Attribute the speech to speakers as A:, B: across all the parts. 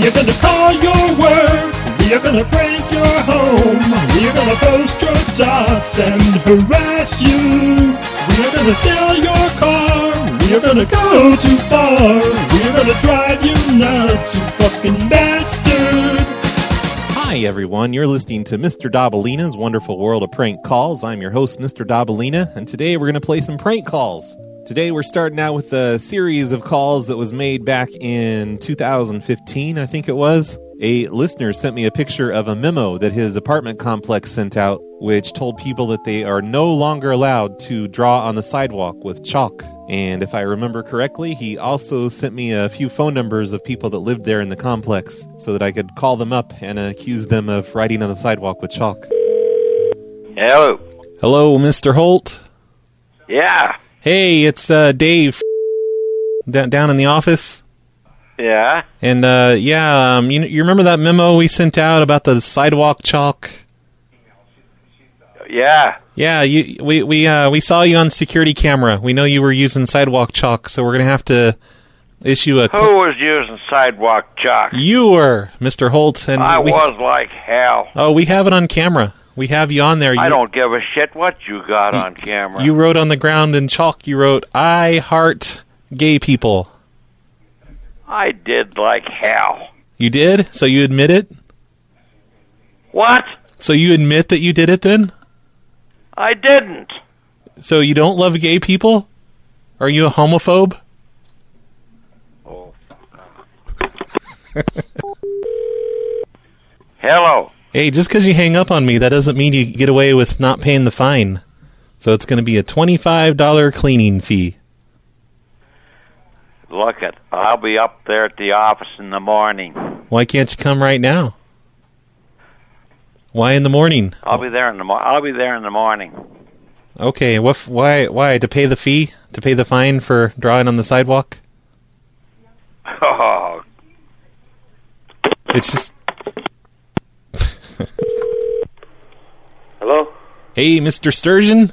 A: We are gonna call your work. We are gonna prank your home. We are gonna post your dots and harass you. We are gonna steal your car. We are gonna go too far. We are gonna drive you nuts, you fucking bastard.
B: Hi, everyone. You're listening to Mr. Dabalina's Wonderful World of Prank Calls. I'm your host, Mr. Dabalina, and today we're going to play some prank calls. Today we're starting out with a series of calls that was made back in 2015, I think it was. A listener sent me a picture of a memo that his apartment complex sent out, which told people that they are no longer allowed to draw on the sidewalk with chalk. And if I remember correctly, he also sent me a few phone numbers of people that lived there in the complex so that I could call them up and accuse them of writing on the sidewalk with chalk.
C: Hello.
B: Hello, Mr. Holt.
C: Yeah.
B: Hey, it's uh, Dave down down in the office.
C: Yeah.
B: And uh, yeah, um, you, you remember that memo we sent out about the sidewalk chalk?
C: Yeah.
B: Yeah, you, we we uh, we saw you on security camera. We know you were using sidewalk chalk, so we're gonna have to issue a.
C: Who was using sidewalk chalk?
B: You were Mr. Holt, and
C: I
B: we,
C: was like hell.
B: Oh, we have it on camera. We have you on there. You,
C: I don't give a shit what you got on camera.
B: You wrote on the ground in chalk. You wrote "I heart gay people."
C: I did like hell.
B: You did. So you admit it.
C: What?
B: So you admit that you did it then.
C: I didn't.
B: So you don't love gay people? Are you a homophobe?
C: Oh. Hello.
B: Hey, just because you hang up on me, that doesn't mean you get away with not paying the fine. So it's going to be a twenty-five dollar cleaning fee.
C: Look it. I'll be up there at the office in the morning.
B: Why can't you come right now? Why in the morning?
C: I'll be there in the mo- I'll be there in the morning.
B: Okay, what? f- Why? Why to pay the fee? To pay the fine for drawing on the sidewalk?
C: Oh,
B: It's just.
D: Hello?
B: Hey, Mister Sturgeon.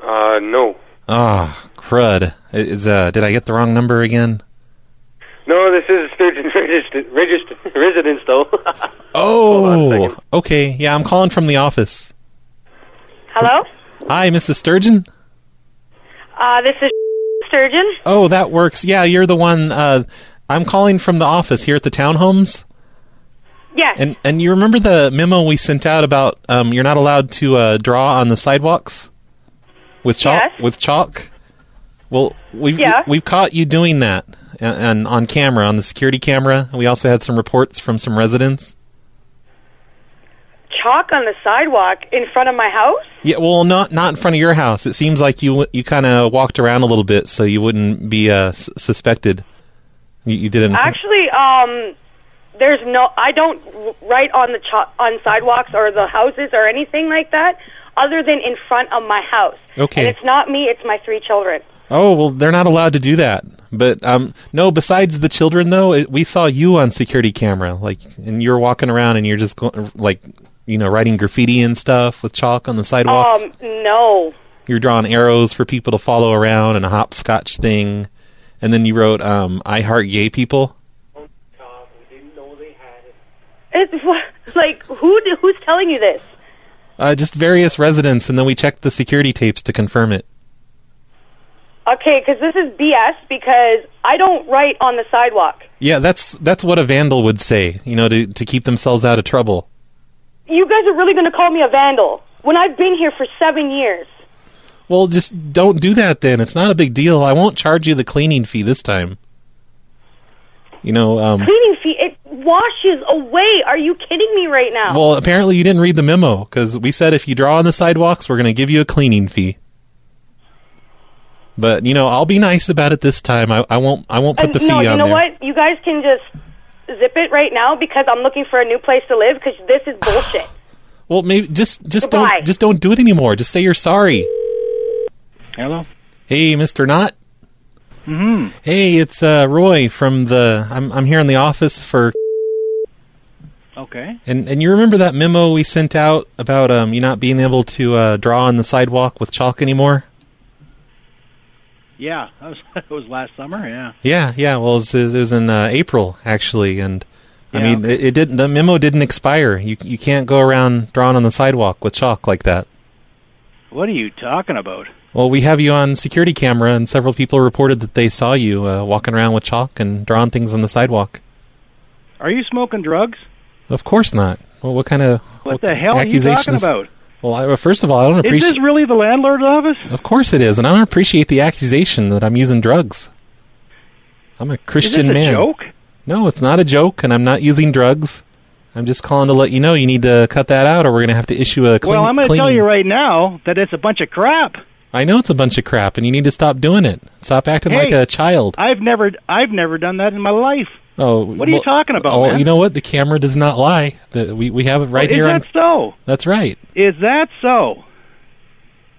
D: Uh, no.
B: Ah, crud. Is uh, did I get the wrong number again?
D: No, this is Sturgeon registered, registered residence, though. on a
B: Oh,
D: second.
B: okay. Yeah, I'm calling from the office.
E: Hello?
B: Hi, Mrs. Sturgeon.
E: Uh, this is Sturgeon.
B: Oh, that works. Yeah, you're the one. Uh, I'm calling from the office here at the townhomes,
E: Yes.
B: and and you remember the memo we sent out about um, you're not allowed to uh, draw on the sidewalks with chalk.
E: Yes.
B: With chalk. Well, we've
E: Yeah.
B: we, have caught you doing that, and, and on camera, on the security camera. We also had some reports from some residents.
E: Chalk on the sidewalk in front of my house?
B: Yeah, well, not not in front of your house. It seems like you you kind of walked around a little bit, so you wouldn't be uh, s- suspected. You, you did it. in front-
E: Actually, um, there's no, I don't w- write on the chalk, on sidewalks or the houses or anything like that other than in front of my house.
B: Okay.
E: And it's not me, it's my three children.
B: Oh well, they're not allowed to do that. But um, no. Besides the children, though, it, we saw you on security camera, like, and you're walking around and you're just going, like, you know, writing graffiti and stuff with chalk on the sidewalks.
E: Um, no.
B: you're drawing arrows for people to follow around and a hopscotch thing, and then you wrote, um, "I heart gay people."
E: It's wh- like, who, d- who's telling you this?
B: Uh, just various residents, and then we checked the security tapes to confirm it.
E: Okay, because this is BS because I don't write on the sidewalk.
B: Yeah, that's that's what a vandal would say, you know, to to keep themselves out of trouble.
E: You guys are really going to call me a vandal when I've been here for seven years.
B: Well, just don't do that then. It's not a big deal. I won't charge you the cleaning fee this time. You know, um,
E: cleaning fee it washes away are you kidding me right now
B: well, apparently you didn't read the memo because we said if you draw on the sidewalks, we're going to give you a cleaning fee. But you know, I'll be nice about it this time. I, I won't. I won't put
E: And
B: the fee
E: no
B: on
E: you know
B: there.
E: what you guys can just zip it right now because i'm looking for a new place to live because this is bullshit
B: Well, maybe just just
E: Goodbye.
B: don't just don't do it anymore. Just say you're sorry.
C: hello.
B: Hey, Mister Knot. Mm-hmm. Hey, it's uh, Roy from the. I'm I'm here in the office for
C: Okay.
B: And and you remember that memo we sent out about um you not being able to uh, draw on the sidewalk with chalk anymore?
F: Yeah, that was, it was last summer. Yeah.
B: Yeah, yeah. Well, it was, it was in uh, April actually, and I mean, it, it didn't. The memo didn't expire. You you can't go around drawing on the sidewalk with chalk like that.
F: What are you talking about?
B: Well, we have you on security camera, and several people reported that they saw you uh, walking around with chalk and drawing things on the sidewalk.
F: Are you smoking drugs?
B: Of course not. Well, what kind of
F: What the hell are you talking
B: accusations-
F: about?
B: Well, I, well, first of all, I don't
F: Is
B: appreciate.
F: this really the landlord's office?
B: Of course it is, and I don't appreciate the accusation that I'm using drugs. I'm a Christian
F: Is this a
B: man.
F: joke?
B: No, it's not a joke, and I'm not using drugs. I'm just calling to let you know you need to cut that out, or we're going to have to issue a. Clean,
F: well, I'm going to
B: cleaning.
F: tell you right now that it's a bunch of crap.
B: I know it's a bunch of crap, and you need to stop doing it. Stop acting
F: Hey.
B: like a child.
F: I've never, I've never done that in my life.
B: Oh,
F: What are you
B: well-
F: talking about,
B: Oh,
F: man?
B: you know what? The camera does not lie. The, we we have it right
F: Is
B: here.
F: that
B: on,
F: so?
B: that's right.
F: Is that so?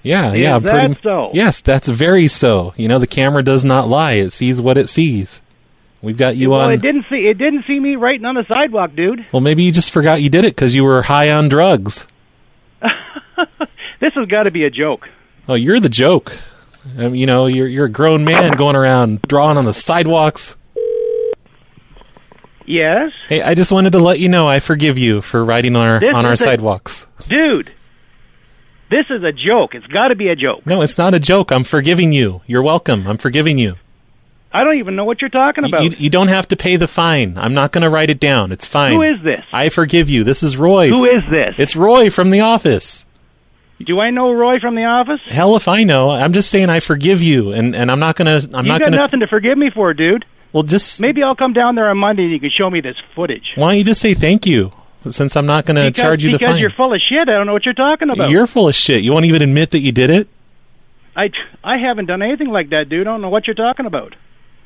B: Yeah,
F: Is
B: yeah. I'm pretty-
F: that so?
B: Yes, that's very so. You know, the camera does not lie. It sees what it sees. We've got you
F: well,
B: on.
F: it didn't see, it didn't see me writing on the sidewalk, dude.
B: Well, maybe you just forgot you did it because you were high on drugs.
F: This has got to be a joke.
B: Oh, you're the joke. Um, you know, you're you're a grown man going around drawing on the sidewalks.
F: Yes,
B: Hey, I just wanted to let you know I forgive you for riding on our
F: This
B: on our
F: is a-
B: sidewalks.
F: dude. This is a joke. It's got to be a joke.
B: No, it's not a joke. I'm forgiving you. You're welcome. I'm forgiving you.
F: I don't even know what you're talking
B: You-
F: about.
B: You, you don't have to pay the fine. I'm not going to write it down. It's fine.
F: Who is this?
B: I forgive you. This is Roy.
F: Who is this?
B: It's Roy from the office.
F: Do I know Roy from the office?
B: Hell if I know. I'm just saying I forgive you, and and I'm not gonna. I'm
F: you
B: not
F: got
B: gonna.
F: nothing to forgive me for, dude.
B: Well, just
F: Maybe I'll come down there on Monday and you can show me this footage.
B: why don't you just say thank you? Since I'm not gonna
F: because
B: charge you the
F: because
B: fine.
F: you're full of shit. I don't know what you're talking about.
B: You're full of shit. You won't even admit that you did it.
F: I I haven't done anything like that, dude. I don't know what you're talking about.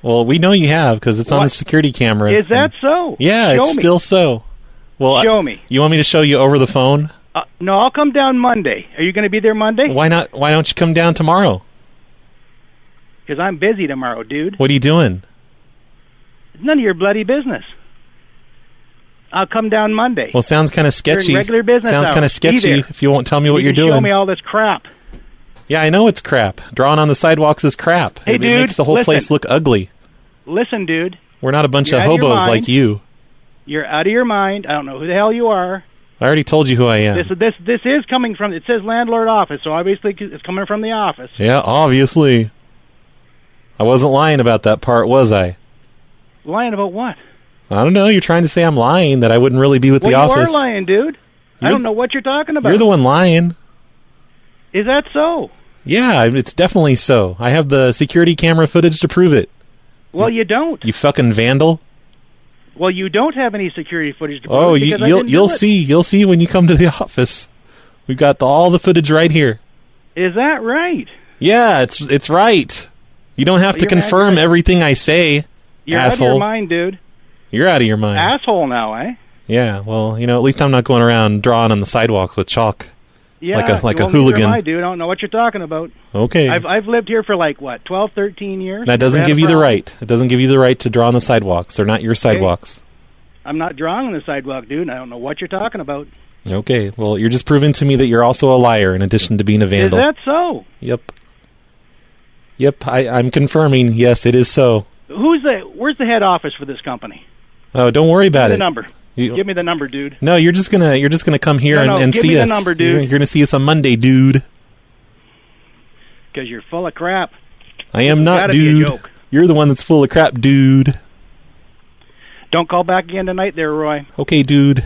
B: Well, we know you have because it's on the
F: What?
B: security camera.
F: Is that
B: And-
F: so?
B: Yeah,
F: Show
B: it's
F: me.
B: still so. Well, I-
F: Show me.
B: You want me to show you over the phone?
F: Uh, no, I'll come down Monday. Are you going to be there Monday?
B: Why not? Why don't you come down tomorrow?
F: Because I'm busy tomorrow, dude.
B: What are you doing?
F: It's None of your bloody business. I'll come down Monday.
B: Well, sounds kind of
F: in
B: sketchy.
F: regular business
B: sounds
F: hours.
B: kind
F: Be
B: of sketchy
F: there.
B: if you won't tell me what
F: you
B: are
F: can Show
B: doing.
F: me all this crap.
B: yeah, I know it's crap. Drawing on the sidewalks is crap.
F: Hey,
B: it, it
F: dude,
B: makes the whole
F: listen.
B: place look ugly.
F: Listen, dude,
B: We're not a bunch
F: You're
B: of
F: out of your
B: hobos
F: mind.
B: like you.
F: you're out of your mind. I don't know who the hell you are.
B: I already told you who I am.
F: This this this is coming from. It says landlord office, so obviously it's coming from the office.
B: yeah, obviously. I wasn't lying about that part, was I?
F: Lying about what?
B: I don't know. You're trying to say I'm lying that I wouldn't really be with
F: well,
B: the
F: you
B: office.
F: are lying, dude. I
B: You're
F: don't
B: the-
F: know what you're talking about.
B: You're the one lying.
F: Is that so?
B: Yeah, it's definitely so. I have the security camera footage to prove it.
F: Well, you don't.
B: You fucking vandal.
F: Well, you don't have any security footage. To prove
B: Oh,
F: it
B: you,
F: because I
B: you'll
F: didn't do
B: you'll
F: it.
B: see you'll see when you come to the office. We've got the, all the footage right here.
F: Is that right?
B: Yeah, it's it's right. You don't have to
F: You're mad
B: confirm
F: at-
B: everything I say,
F: You're
B: asshole.
F: out of your mind, dude.
B: You're out of your mind.
F: Asshole now, eh?
B: yeah, well, you know, at least I'm not going around drawing on the sidewalk with chalk.
F: Yeah,
B: Like a- like
F: well,
B: a
F: neither am
B: hooligan.
F: I do. I don't know what you're talking about.
B: Okay.
F: I've I've lived here for like what 12, 13 years.
B: that doesn't
F: Never
B: give
F: had a
B: you the
F: problem.
B: right. It doesn't give you the right to draw on the sidewalks. They're not your sidewalks.
F: I'm not drawing on the sidewalk, dude. I don't know what you're talking about.
B: Okay. Well, you're just proving to me that you're also a liar in addition to being a vandal.
F: Is that so?
B: Yep. Yep, I, I'm confirming. Yes, it is so.
F: Who's the? Where's the head office for this company?
B: Oh, don't worry about
F: Give me
B: it.
F: the number.
B: You-
F: Give me the number, dude.
B: No, you're just gonna you're just gonna come here
F: No,
B: and,
F: no,
B: and
F: give
B: see
F: me the
B: us.
F: number, dude.
B: You're, you're gonna see us on Monday, dude.
F: Because you're full of crap.
B: I am not,
F: gotta be a
B: dude.
F: joke.
B: You're the one that's full of crap, dude.
F: Don't call back again tonight, there, Roy.
B: Okay, dude.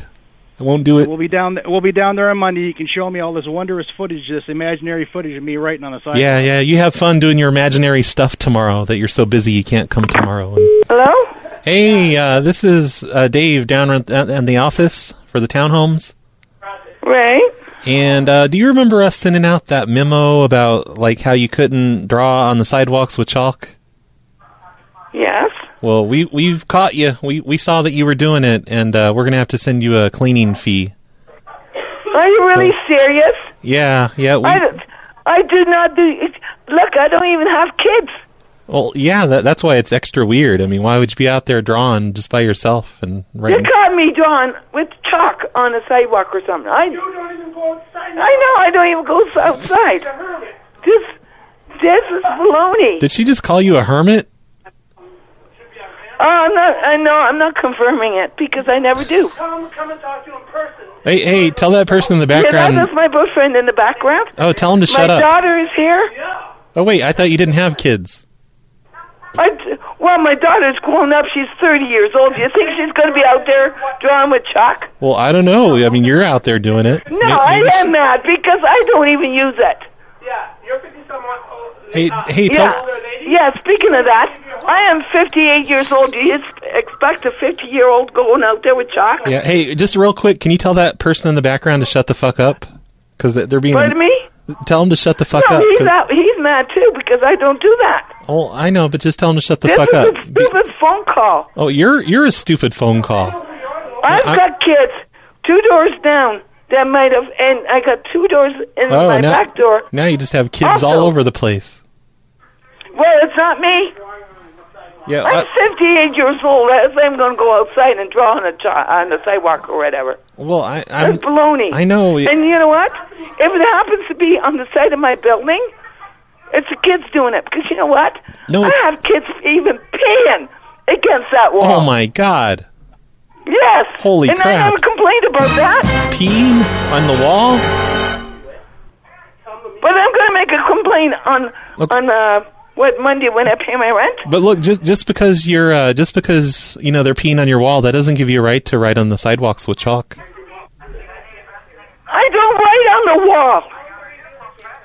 B: I won't do it.
F: We'll be down. We'll be down there on Monday. You can show me all this wondrous footage, this imaginary footage of me writing on the side.
B: Yeah, yeah. You have fun doing your imaginary stuff tomorrow. That you're so busy you can't come tomorrow. And-
E: Hello?
B: hey, uh, this is uh, Dave down at at- in the office for the townhomes.
E: Right?
B: And uh, do you remember us sending out that memo about like how you couldn't draw on the sidewalks with chalk?
E: Yes.
B: Well, we we've caught you. We we saw that you were doing it, and uh, we're gonna have to send you a cleaning fee.
E: Are you really serious?
B: Yeah, yeah. We,
E: I, don't- I do not do. Look, I don't even have kids.
B: well, yeah. That, that's why it's extra weird. I mean, why would you be out there drawing just by yourself and
E: You
B: writing?
E: caught me drawn with chalk on a sidewalk or something. I, you don't even go outside. I know. I don't even go outside. Just
G: This is baloney.
B: Did she just call you a hermit?
G: Oh, I'm not. I know. I'm not confirming it because I never do. Come, come and talk to him.
B: Hey, hey, tell that person in the
G: Yeah,
B: background.
G: that's my boyfriend in the background.
B: Oh, tell him to shut
G: my
B: up.
G: daughter is here.
B: Oh wait, I thought you didn't have kids.
G: I, well, my daughter's grown up. She's 30 years old. Do you think she's going to be out there drawing with chalk?
B: Well, I don't know. I mean, you're out there doing it.
G: No,
B: May-
G: I
B: maybe she-
G: am not because I don't even use it.
B: Hey, hey, tell.
G: yeah. yeah, speaking of that, I am 58 years old. Do you ex- expect a 50 year old going out there with chalk?
B: Yeah, hey, just real quick, can you tell that person in the background to shut the fuck up? Because they're being.
G: Pardon me?
B: Tell them to shut the fuck
G: no,
B: up.
G: he's
B: 'cause-
G: out. He's mad too because I don't do that.
B: Oh, I know, but just tell them to shut the
G: this
B: fuck
G: is
B: up.
G: a stupid phone call.
B: Oh, you're you're a stupid phone call.
G: I've
B: Oh. I-
G: got kids two doors down that might have, and I got two doors in
B: Oh,
G: my
B: now,
G: back door.
B: now you just have kids all
G: Also-
B: over the place.
G: Well, it's not me.
B: Yeah,
G: I'm
B: uh,
G: 58 years old. I say I'm going to go outside and draw on a jo- on the sidewalk or whatever.
B: well, I I'm,
G: That's baloney.
B: I know.
G: And you know what? If it happens to be on the side of my building, it's the kids doing it because you know what?
B: No,
G: I
B: it's-
G: have kids even peeing against that
B: Oh
G: wall.
B: my god,
G: Yes.
B: Holy
G: and
B: crap.
G: I never complained about that,
B: peeing on the wall.
G: but I'm going to make a complaint on
B: Look-
G: on uh, what Monday when I pay my rent.
B: But look, just just because you're uh, just because you know they're peeing on your wall, that doesn't give you a right to write on the sidewalks with chalk.
G: I don't write on the wall.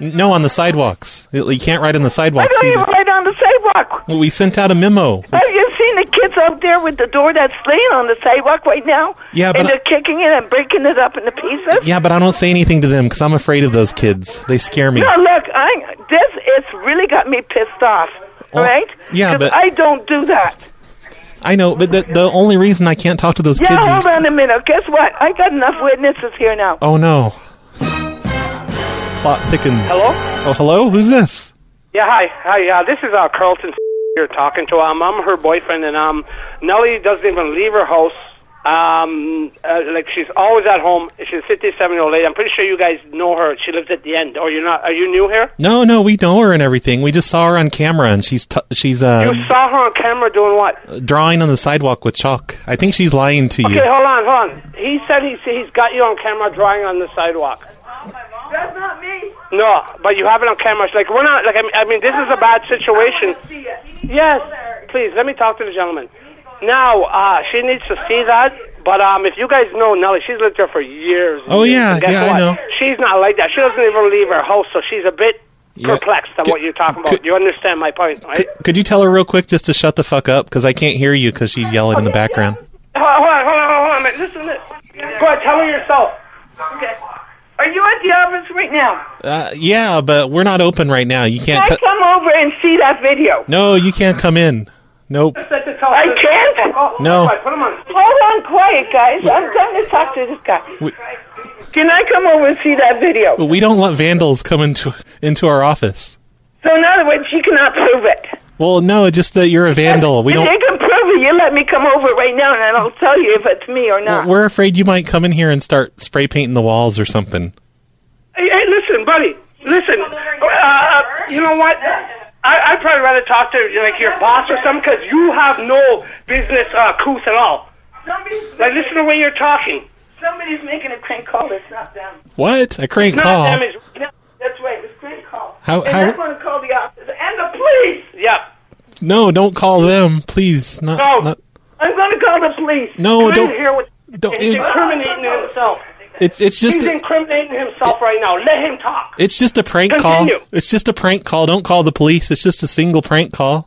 B: No, on the sidewalks. You you can't write on the
G: I
B: sidewalks
G: don't even
B: either.
G: write on the sidewalk.
B: Well, we sent out a memo.
G: Have you seen the kids out there with the door that's laying on the sidewalk right now?
B: Yeah, but
G: and
B: I-
G: they're kicking it and breaking it up into pieces.
B: Yeah, but I don't say anything to them because I'm afraid of those kids. They scare me.
G: No, look, I this it's really got me pissed off.
B: Well,
G: all right?
B: Oh, yeah,
G: 'Cause
B: but-
G: I don't do that.
B: I know, but the, the only reason I can't talk to those
G: Yeah,
B: kids
G: hold
B: is
G: on a minute. Guess what? I got enough witnesses here now.
B: oh no, plot thickens.
H: Hello?
B: Oh hello, who's this?
H: Yeah, hi. Hi, uh, this is uh, Carlton here talking to um, I'm her boyfriend, and um, Nellie doesn't even leave her house. Um, uh, like, she's always at home. She's a 57-year-old lady. I'm pretty sure you guys know her. She lives at the end. Or you're not, are you new here?
B: No, no, we know her and everything. We just saw her on camera, and she's t- she's uh,
H: You saw her on camera doing what?
B: drawing on the sidewalk with chalk. I think she's lying to you.
H: Okay, hold on, hold on. He said he's, he's got you on camera drawing on the sidewalk.
G: That's not me.
H: No, but you have it on camera. Like, we're not, like, I mean, I mean this is a bad situation. Yes, please let me talk to the gentleman. Now, uh, she needs to see that. But um, if you guys know Nelly, she's lived here for years. and
B: Oh,
H: years,
B: yeah,
H: and guess
B: yeah, I
H: what?
B: know.
H: She's not like that. She doesn't even leave her house, so she's a bit
B: Yeah.
H: perplexed on
B: Could-
H: what you're talking about.
B: could-
H: you understand my point, right?
B: Could, could you tell her real quick just to shut the fuck up? Because I can't hear you because she's yelling in the background.
H: Hold on, hold on, hold on, hold on a minute. Listen to this. Go ahead, tell her yourself.
G: Okay. Are you at the office right now?
B: Uh, yeah, but we're not open right now. You
G: Can
B: can't.
G: I
B: Co-
G: come over and see that video?
B: no, you can't come in. Nope.
H: I
G: can't.
B: No.
H: Put him Oh, on.
G: Hold on, quiet guys. I'm trying to talk to this guy.
B: We-
G: Can I come over and see that video?
B: But we don't let vandals come into into our office.
G: So in other words, you cannot prove it.
B: Well, no, just that you're a vandal. We
G: if they
B: don't.
G: can prove it, you let me come over right now, and I'll tell you if it's me or not.
B: We're afraid you might come in here and start spray painting the walls or something.
H: Hey, hey, listen, buddy. Listen. Uh, you know what? I, I'd probably rather talk to like your boss or something because you have no business uh, couth at all.
G: somebody's,
H: Like, listen to the way you're talking.
G: somebody's making a crank call. It's not them.
B: What? A crank
H: Not
B: call?
H: damage.
G: No, that's right. It's crank call.
B: How-
G: and
B: how-
G: I'm going to call the office and the police.
H: Yeah.
B: No, don't call them, please. Not.
H: No.
B: not-
G: I'm going to call the police.
B: No,
H: Couldn't
B: don't.
H: hear what-
B: don't-
H: He's incriminating himself.
B: It's it's just
H: He's incriminating himself right now. Let him talk.
B: it's just a prank
H: Continue.
B: call. It's just a prank call. Don't call the police. It's just a single prank call.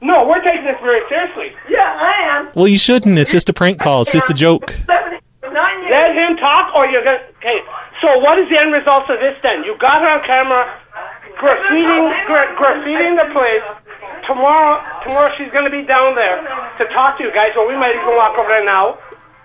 H: No, we're taking this very seriously.
G: Yeah, I am.
B: Well, you shouldn't. It's just a prank call. It's just a joke.
G: Seven, nine
H: Let
G: years.
H: him talk, or you're gonna. Okay. So what is the end result of this then? You got her on camera, graffiting, gra- graffiting the place. Tomorrow, tomorrow she's gonna be down there to talk to you guys, or we might even walk over there now.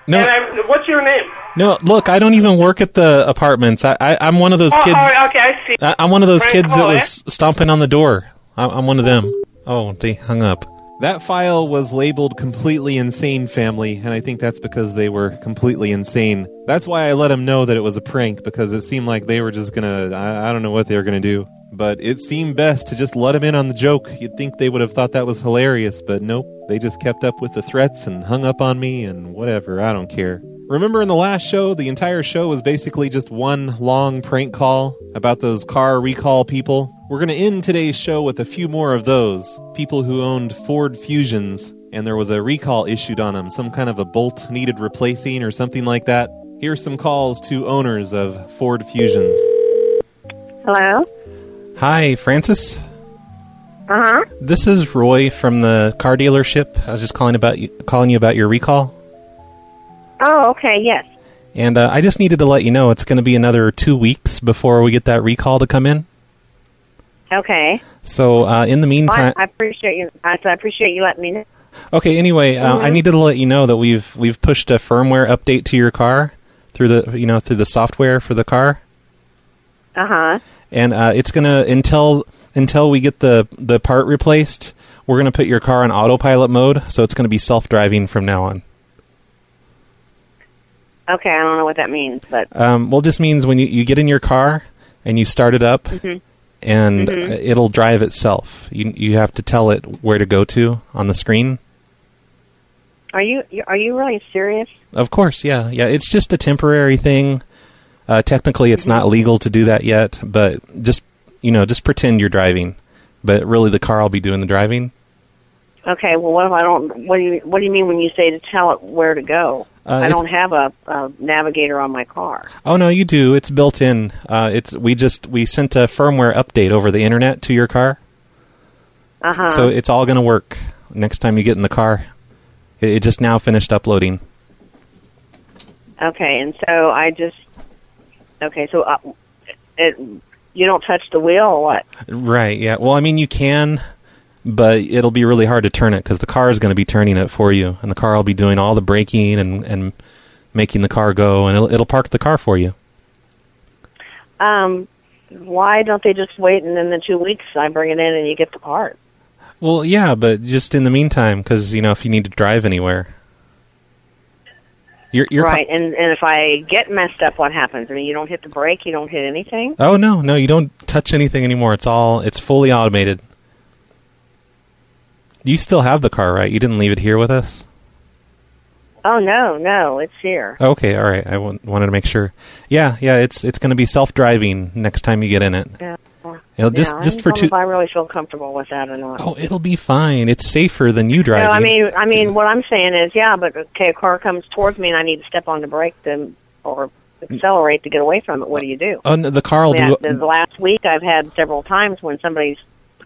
B: No,
H: And I'm, what's your name?
B: no. Look, I don't even work at the apartments. I, I I'm one of those
H: Oh,
B: kids. Uh,
H: all right, okay, I see.
B: I, I'm one of those
H: Prank
B: kids that
H: call,
B: was stomping on the door. I, I'm one of them. Oh, they hung up. That file was labeled completely insane family, and I think that's because they were completely insane. That's why I let them know that it was a prank because it seemed like they were just gonna, I, I don't know what they were gonna do.
I: but it seemed best to just let him in on the joke. You'd think they would have thought that was hilarious, but nope. They just kept up with the threats and hung up on me and whatever. I don't care. Remember in the last show, the entire show was basically just one long prank call about those car recall people? We're going to end today's show with a few more of those people who owned Ford Fusions and there was a recall issued on them, some kind of a bolt needed replacing or something like that. Here's some calls to owners of Ford Fusions.
J: Hello?
B: Hi, Francis.
J: Uh huh.
B: This is Roy from the car dealership. I was just calling about you, calling you about your recall,
J: Oh, okay, yes.
B: and uh, I just needed to let you know it's going to be another two weeks before we get that recall to come in.
J: Okay.
B: So uh, in the meantime,
J: Well, I, I appreciate you. I, I appreciate you letting me know.
B: okay. Anyway, uh, I needed to let you know that we've we've pushed a firmware update to your car through the you know through the software for the car.
J: Uh huh.
B: and uh, it's gonna until until we get the the part replaced we're gonna put your car in autopilot mode so it's gonna be self-driving from now on
J: Okay, I don't know what that means, but
B: um, well just means when you, you get in your car and you start it up
J: Mhm.
B: and
J: Mhm.
B: uh, it'll drive itself you, you have to tell it where to go to on the screen
J: are you you- are you really serious?
B: of course yeah yeah it's just a temporary thing uh, technically it's not legal to do that yet but just you know just pretend you're driving but really the car will be doing the driving
J: Okay, well, what if I don't? What do you What do you mean when you say to tell it where to go?
B: Uh,
J: I
B: it's-
J: don't have a, a navigator on my car.
B: Oh no, you do. It's built in. Uh, it's we just we sent a firmware update over the internet to your car,
J: Uh huh.
B: so it's all going to work next time you get in the car. It, it just now finished uploading.
J: okay, and so I just okay, so uh, it you don't touch the wheel or what?
B: Right? Yeah. Well, I mean, you can, but it'll be really hard to turn it because the car is going to be turning it for you, and the car will be doing all the braking and and making the car go, and it'll, it'll park the car for you.
J: Um, why don't they just wait and then the two weeks I bring it in and you get the part?
B: Well, yeah, but just in the meantime, because you know, if you need to drive anywhere, your your car-
J: right, and and if I get messed up, what happens? I mean, you don't hit the brake, you don't hit anything.
B: Oh no, no, you don't touch anything anymore. It's all it's fully automated. You still have the car, right? You didn't leave it here with us.
J: Oh no, no, it's here.
B: Okay, all right. I w- wanted to make sure. Yeah, yeah. It's it's going to be self driving next time you get in it.
J: Yeah.
B: It'll Uh, just
J: Yeah, I
B: just
J: don't
B: for
J: know
B: two.
J: If I really feel comfortable with that or not.
B: Oh, it'll be fine. It's safer than you driving.
J: No, I mean, I mean, what I'm saying is, yeah, but okay, a car comes towards me and I need to step on the brake to or accelerate to get away from it. What do you do?
B: oh, no, the car
J: I
B: will
J: mean,
B: do.
J: I- the last week I've had several times when somebody's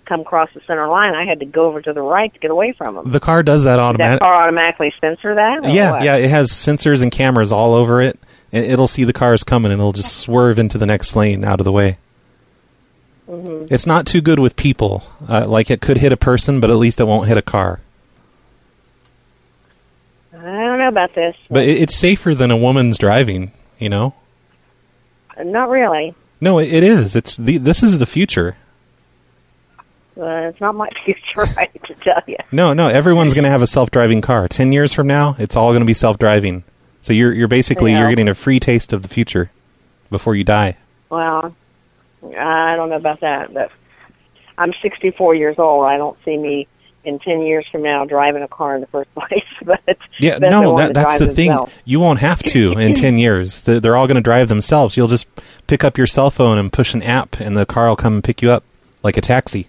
J: come across the center line, I had to go over to the right to get away from them.
B: the car does that
J: that
B: automatic.
J: car automatically censor that? or
B: Yeah,
J: what?
B: yeah. It has sensors and cameras all over it, and it'll see the cars coming, and it'll just swerve into the next lane out of the way.
J: Mhm.
B: It's not too good with people. Uh, like it could hit a person, but at least it won't hit a car.
J: I don't know about this.
B: But it, it's safer than a woman's driving. You know?
J: Not really.
B: No, it, it is. It's the this is the future.
J: Uh, it's not my future, I hate to tell you.
B: No, no. Everyone's going to have a self-driving car. Ten years from now, it's all going to be self-driving. So you're you're basically
J: Yeah.
B: you're getting a free taste of the future before you die.
J: Well, I don't know about that, but I'm 64 years old. I don't see me in 10 years from now driving a car in the first place. But
B: Yeah,
J: but
B: no,
J: want
B: that,
J: to
B: that's
J: drive
B: the thing.
J: themselves.
B: You won't have to in 10 years. They're, they're all going to drive themselves. You'll just pick up your cell phone and push an app, and the car will come and pick you up like a taxi.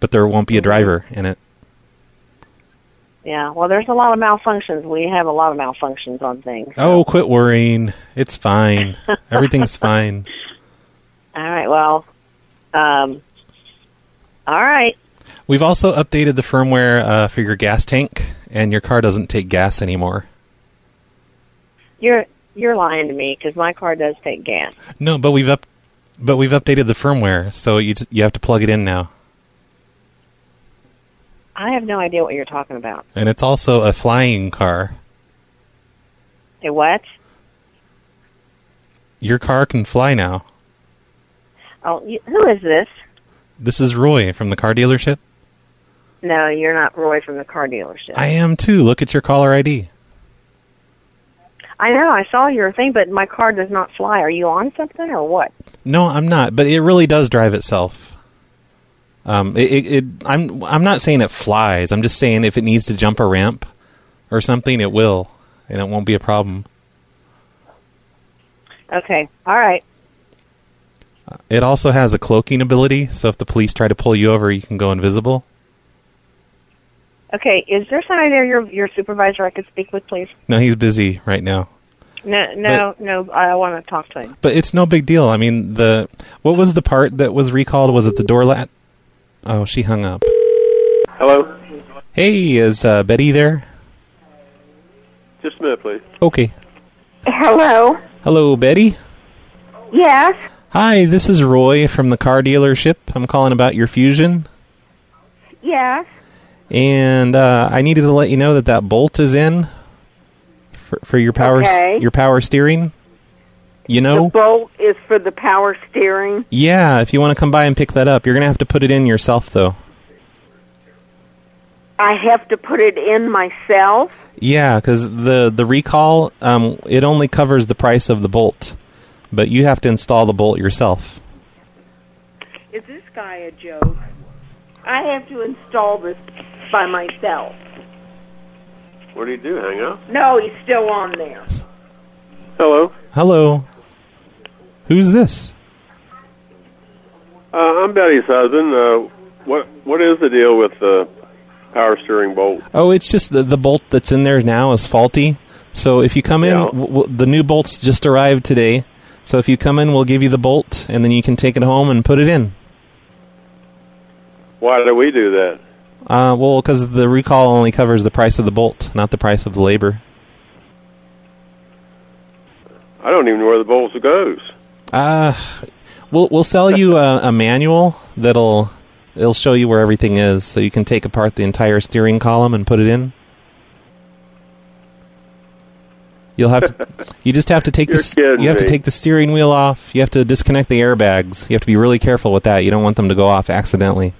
B: But there won't be a driver in it.
J: Yeah. Well, there's a lot of malfunctions. We have a lot of malfunctions on things.
B: Oh, quit worrying. It's fine. Everything's fine.
J: All right. Well. Um. All right.
B: We've also updated the firmware uh, for your gas tank, and your car doesn't take gas anymore.
J: You're you're lying to me because my car does take gas.
B: No, but we've up, but we've updated the firmware, so you just, you have to plug it in now,
J: I have no idea what you're talking about.
B: and it's also a flying car.
J: Say what?
B: Your car can fly now.
J: Oh, you, who is this?
B: This is Roy from the car dealership.
J: No, you're not Roy from the car dealership.
B: I am too. Look at your caller ID.
J: I know, I saw your thing, but my car does not fly. Are you on something or what?
B: No, I'm not, but it really does drive itself. Um, it, it, it, I'm I'm not saying it flies. I'm just saying if it needs to jump a ramp or something, it will, and it won't be a problem.
J: Okay. All right.
B: It also has a cloaking ability, so if the police try to pull you over, you can go invisible.
J: Okay. Is there somebody there your your supervisor I could speak with, please?
B: No, he's busy right now.
J: No, no, no. I want to talk to him.
B: But it's no big deal. I mean, the what was the part that was recalled? Was it the door lat? Oh, she hung up.
K: Hello.
B: Hey, is uh, Betty there?
K: Just a minute, please.
B: Okay.
G: Hello.
B: Hello, Betty.
G: Yes.
B: Hi, this is Roy from the car dealership. I'm calling about your Fusion,
G: Yes.
B: and uh, I needed to let you know that that bolt is in for, for your power s-
G: Okay.
B: your power steering. You know,
G: The bolt is for the power steering.
B: yeah. If you want to come by and pick that up, you're gonna have to put it in yourself, though.
G: I have to put it in myself.
B: Yeah, because the the recall um, it only covers the price of the bolt, but you have to install the bolt yourself.
G: Is this guy a joke? I have to install this by myself.
K: What do you do? Hang up.
G: No, he's still on there.
K: Hello.
B: Hello, who's this?
K: Uh, I'm Betty's husband. Uh, what What is the deal with the power steering bolt?
B: Oh, it's just the, the bolt that's in there now is faulty. So if you come in, w- w- the new bolts just arrived today. So if you come in, we'll give you the bolt, and then you can take it home and put it in.
K: Why do we do that?
B: Uh, well, because the recall only covers the price of the bolt, not the price of the labor.
K: I don't even know where the bolt goes.
B: Uh, we'll we'll sell you a, a manual that'll it'll show you where everything is, so you can take apart the entire steering column and put it in. You'll have to, you just have to take
K: You're
B: this.
K: kidding
B: You have to
K: me.
B: take the steering wheel off. You have to disconnect the airbags. You have to be really careful with that. You don't want them to go off accidentally.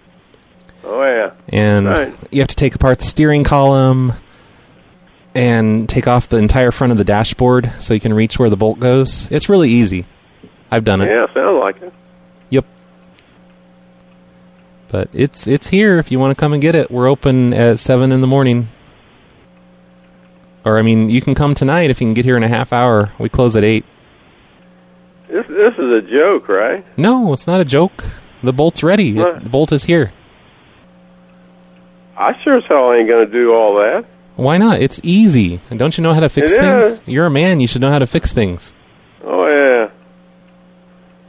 K: Oh yeah.
B: And
K: Right.
B: you have to take apart the steering column and take off the entire front of the dashboard so you can reach where the bolt goes. It's really easy. I've done it.
K: Yeah, sounds like it.
B: Yep. But it's it's here if you want to come and get it. We're open at seven in the morning. Or I mean, you can come tonight if you can get here in a half hour. We close at eight.
K: This This is a joke, right?
B: No, it's not a joke. The bolt's ready. It- the bolt is here.
K: I sure as hell ain't going to do all that.
B: Why not? It's easy. And don't you know how to fix
K: It
B: things?
K: is.
B: You're a man. You should know how to fix things.
K: Oh yeah.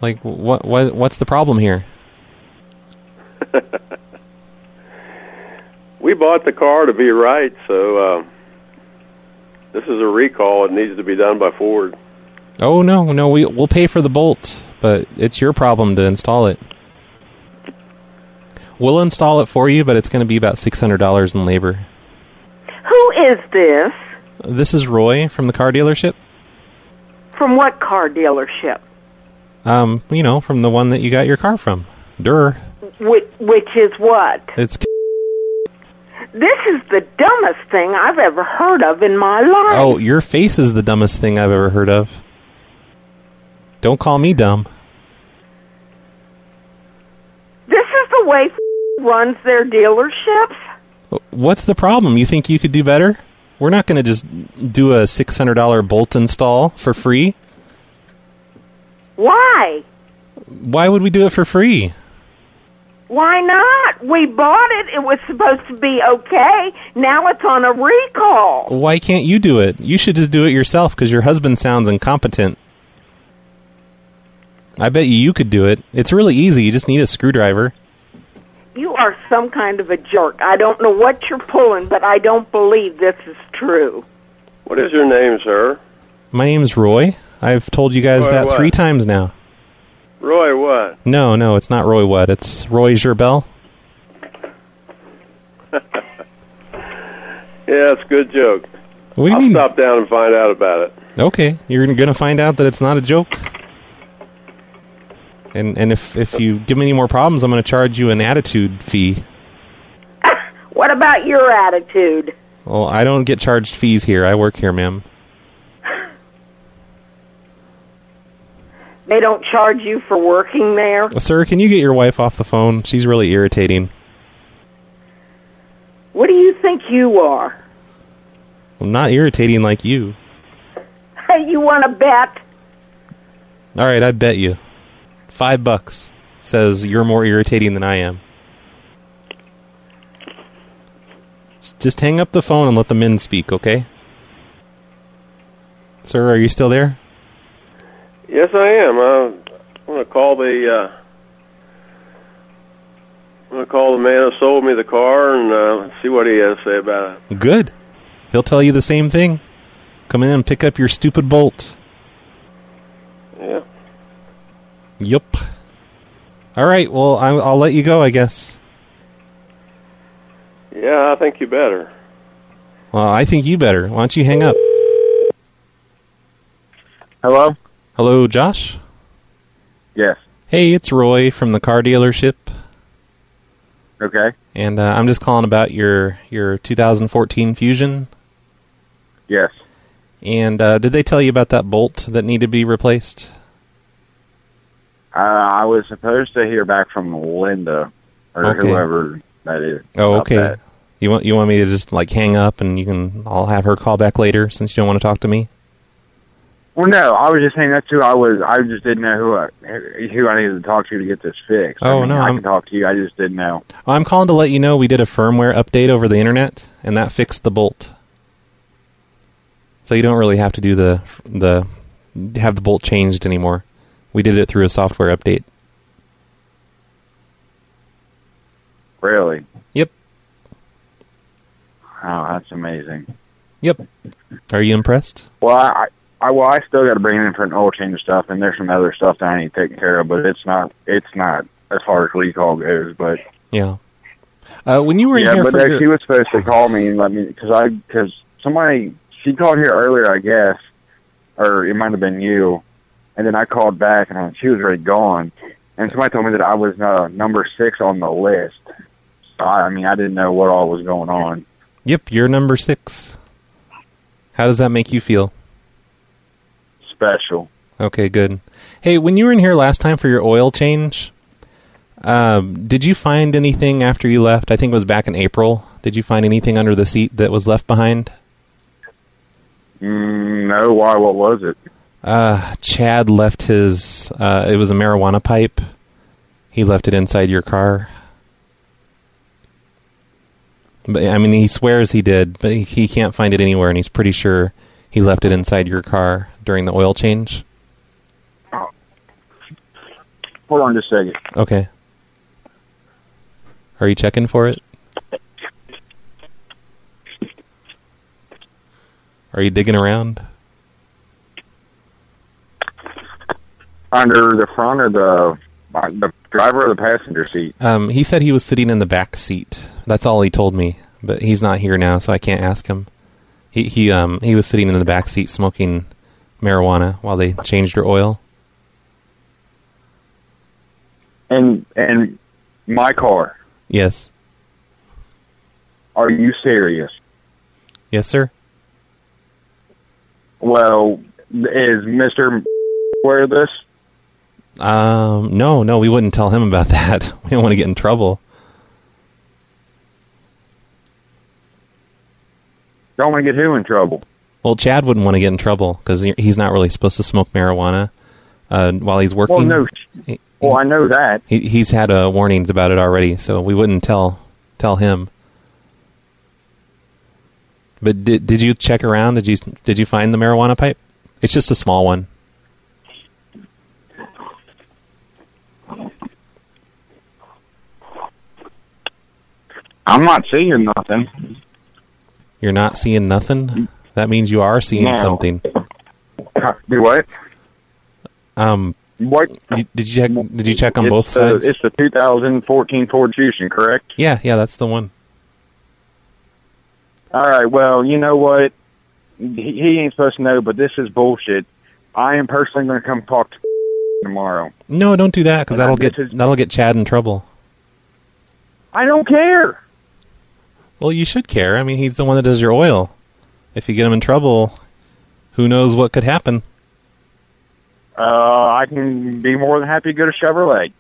B: Like what? What? What's the problem here?
K: We bought the car to be right, so um, this is a recall. It needs to be done by Ford.
B: Oh no, no. We we'll pay for the bolt, but it's your problem to install it. We'll install it for you, but it's going to be about six hundred dollars in labor.
G: Who is this?
B: This is Roy from the car dealership.
G: From what car dealership?
B: Um, you know, from the one that you got your car from. Durr.
G: Which, which is what?
B: It's
G: This is the dumbest thing I've ever heard of in my life.
B: oh, your face is the dumbest thing I've ever heard of. Don't call me dumb.
G: This is the way runs their dealerships.
B: What's the problem? You think you could do better? We're not going to just do a six hundred dollar bolt install for free.
G: Why?
B: Why would we do it for free?
G: Why not? We bought it. It was supposed to be okay. Now it's on a recall.
B: Why can't you do it? You should just do it yourself because your husband sounds incompetent. I bet you you could do it. It's really easy. You just need a screwdriver.
G: You are some kind of a jerk. I don't know what you're pulling, but I don't believe this is true.
K: What is your name, sir?
B: My name's Roy. I've told you guys
K: Roy
B: that
K: what?
B: three times now.
K: Roy what?
B: No, no, it's not Roy What. It's Roy Gerbel.
K: Yeah, it's a good joke.
B: What do you
K: I'll
B: mean?
K: stop down and find out about it.
B: Okay, you're going to find out that it's not a joke. And and if if you give me any more problems, I'm going to charge you an attitude fee.
G: What about your attitude?
B: Well, I don't get charged fees here. I work here, ma'am.
G: They don't charge you for working there.
B: Sir, can you get your wife off the phone? She's really irritating.
G: What do you think you are?
B: Well, not irritating like you.
G: you want to bet?
B: All right, I bet you. Five bucks says you're more irritating than I am. S- Just hang up the phone and let the men speak, okay? Sir, are you still there?
K: Yes, I am. I want to call the. Uh, I'm gonna call the man who sold me the car and uh, see what he has to say about it.
B: Good. He'll tell you the same thing. Come in and pick up your stupid bolt.
K: Yeah.
B: Yup. All right, well, i I'll let you go, I guess.
K: Yeah, I think you better.
B: Well, I think you better. Why don't you hang up?
L: Hello?
B: Hello, Josh?
L: Yes.
B: Hey, it's Roy from the car dealership,
L: Okay.
B: and uh, I'm just calling about your, your 2014 Fusion.
L: Yes.
B: And uh, did they tell you about that bolt that needed to be replaced?
L: Uh, I was supposed to hear back from Linda or
B: Okay.
L: whoever that is.
B: Oh,
L: about
B: okay.
L: that.
B: You want you want me to just like hang up and you can I'll have her call back later since you don't want to talk to me.
L: Well, no, I was just saying that too. I was, I just didn't know who I, who I needed to talk to to get this fixed.
B: Oh,
L: I mean,
B: no,
L: I
B: I'm-
L: can talk to you. I just didn't know.
B: I'm calling to let you know we did a firmware update over the internet and that fixed the bolt. So you don't really have to do the the have the bolt changed anymore. We did it through a software update.
L: Really?
B: Yep.
L: Oh, that's amazing.
B: Yep. Are you impressed?
L: Well, I, I well, I still got to bring it in for an oil change stuff, and there's some other stuff that I need taken care of, but it's not, it's not as far as recall goes, but.
B: Yeah. Uh, when you were in
L: yeah,
B: here
L: but
B: for
L: no,
B: your-
L: she was supposed to call me and let me because I because somebody she called here earlier, I guess, or it might have been you, and then I called back and uh, she was already gone, and somebody told me that I was uh, number six on the list. So I, I mean, I didn't know what all was going on.
B: Yep, you're number 6. How does that make you feel?
L: Special.
B: Okay, good. Hey, when you were in here last time for your oil change, um, did you find anything after you left? I think it was back in April. Did you find anything under the seat that was left behind?
L: Mm, no, why? What was it?
B: Uh, Chad left his. Uh, it was a marijuana pipe. He left it inside your car. But I mean, he swears he did, but he, he can't find it anywhere, and he's pretty sure he left it inside your car during the oil change.
L: Hold on just a second.
B: Okay. Are you checking for it? Are you digging around?
L: Under the front or the uh, the driver or the passenger seat?
B: Um, he said he was sitting in the back seat. That's all he told me. But he's not here now, so I can't ask him. He he um he was sitting in the back seat smoking marijuana while they changed your oil.
L: And and my car.
B: Yes.
L: Are you serious?
B: Yes, sir.
L: Well, is Mister aware of this?
B: Um no, no, we wouldn't tell him about that. We don't want to get in trouble.
L: Don't want to get who in trouble.
B: Well, Chad wouldn't want to get in trouble cuz he's not really supposed to smoke marijuana uh, while he's working.
L: Well, no. sh- Well, I know that.
B: He, he's had uh, warnings about it already, so we wouldn't tell tell him. But did did you check around? Did you did you find the marijuana pipe? It's just a small one.
L: I'm not seeing nothing.
B: You're not seeing nothing. That means you are seeing
L: No.
B: something.
L: Do what?
B: Um,
L: what?
B: Did, did you check? Did you check on
L: it's
B: both
L: the,
B: sides?
L: It's the 2014 Ford Fusion, correct?
B: yeah, yeah, that's the one.
L: All right. Well, you know what? He, he ain't supposed to know, but this is bullshit. I am personally going to come talk to tomorrow.
B: No, don't do that because
L: And I
B: that'll get that'll get Chad in trouble.
L: I don't care.
B: Well, you should care. I mean, he's the one that does your oil. If you get him in trouble, who knows what could happen?
L: uh, I can be more than happy to go to Chevrolet.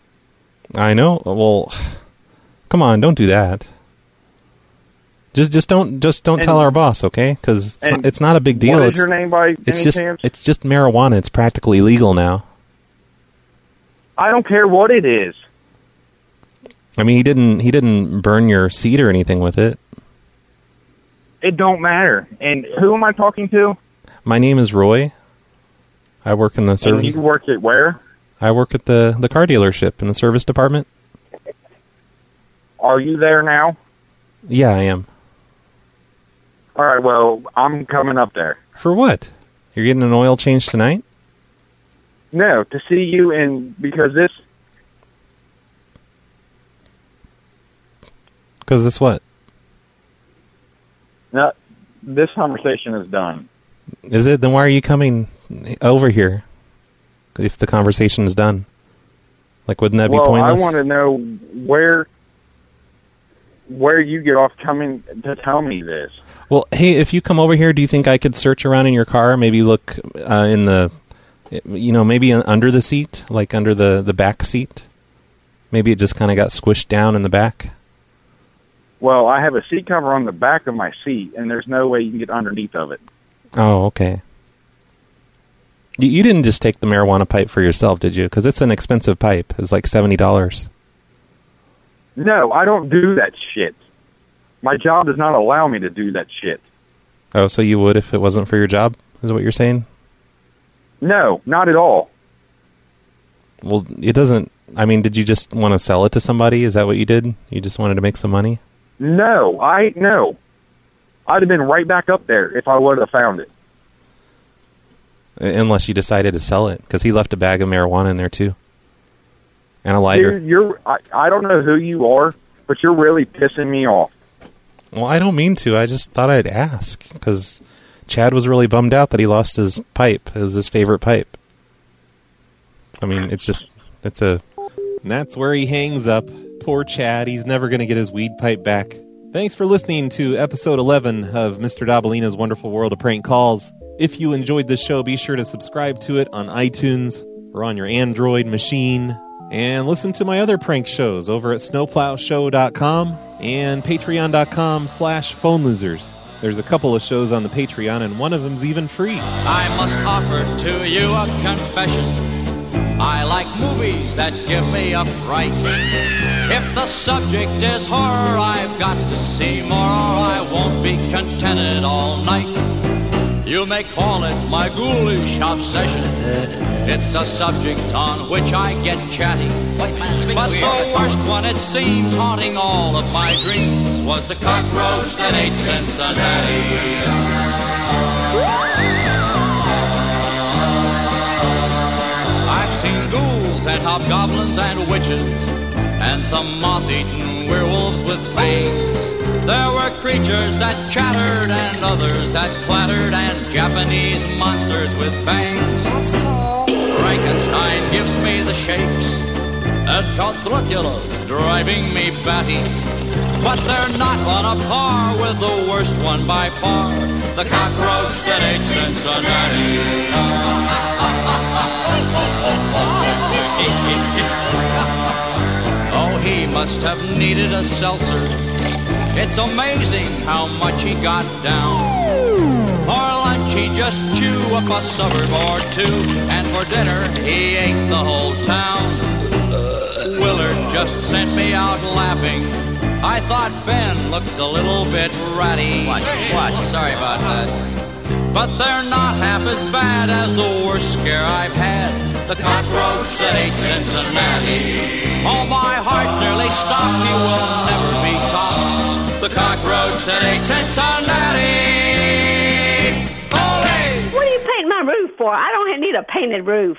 B: I know. Well, come on, don't do that. Just, just don't, just don't tell our boss, okay? Because it's,
L: and
B: not- it's not a big deal.
L: what is
B: it's,
L: your name by
B: it's
L: any
B: just,
L: chance?
B: it's just marijuana. It's practically legal now.
L: I don't care what it is.
B: I mean, he didn't, he didn't burn your seat or anything with it.
L: It don't matter. And who am I talking to?
B: My name is Roy. I work in the
L: And
B: service.
L: you work at where?
B: I work at the the car dealership in the service department.
L: Are you there now?
B: Yeah, I am.
L: All right. Well, I'm coming up there.
B: For what? You're getting an oil change tonight?
L: No, to see you and because this
B: Because this what?
L: no, this conversation is done.
B: Is it? Then why are you coming over here? If the conversation is done, like wouldn't that
L: well,
B: be pointless?
L: I want to know where where you get off coming to tell me this.
B: Well, hey, if you come over here, do you think I could search around in your car? Maybe look uh, in the, you know, maybe un- under the seat, like under the the back seat. Maybe it just kind of got squished down in the back.
L: Well, I have a seat cover on the back of my seat, and there's no way you can get underneath of it.
B: Oh, okay. You, you didn't just take the marijuana pipe for yourself, did you? Because it's an expensive pipe. It's like seventy dollars.
L: No, I don't do that shit. My job does not allow me to do that shit.
B: Oh, so you would if it wasn't for your job? Is what you're saying?
L: No, not at all.
B: Well, it doesn't. I mean, did you just want to sell it to somebody? Is that what you did? You just wanted to make some money?
L: No, I no. I'd have been right back up there if I would have found it.
B: Uh, Unless you decided to sell it, because he left a bag of marijuana in there too, and a lighter.
L: Dude, you're I, I don't know who you are, but you're really pissing me off.
B: Well, I don't mean to. I just thought I'd ask because Chad was really bummed out that he lost his pipe. It was his favorite pipe. I mean, it's just it's a
M: And that's where he hangs up. Poor Chad, he's never going to get his weed pipe back. Thanks for listening to episode 11 of Mr. Dabalina's Wonderful World of Prank Calls. If you enjoyed this show, be sure to subscribe to it on iTunes or on your Android machine. And listen to my other prank shows over at snowplowshow.com and patreon.com slash phone losers. There's a couple of shows on the Patreon, and one of them's even free.
N: I must offer to you a confession. I like movies that give me a fright. If the subject is horror, I've got to see more, or I won't be contented all night. You may call it my ghoulish obsession. It's a subject on which I get chatty. But the worst one, it seems, haunting all of my dreams was the cockroach that ate Cincinnati. I've seen ghouls and hobgoblins and witches, and some moth-eaten werewolves with fangs. There were creatures that chattered and others that clattered, and Japanese monsters with fangs. Frankenstein gives me the shakes, and Dracula's driving me batty. But they're not on a par with the worst one by far, the cockroach that ate Cincinnati. Oh, he must have needed a seltzer. It's amazing how much he got down. For lunch, he just chewed up a suburb or two, and for dinner, he ate the whole town. Willard just sent me out laughing. I thought Ben looked a little bit ratty. Watch, watch, sorry about that. But they're not half as bad as the worst scare I've had. The cockroach that ate Cincinnati. Oh, my heart nearly stopped. You will never be topped. The cockroach that ate Cincinnati.
J: What are you painting my roof for? I don't need a painted roof.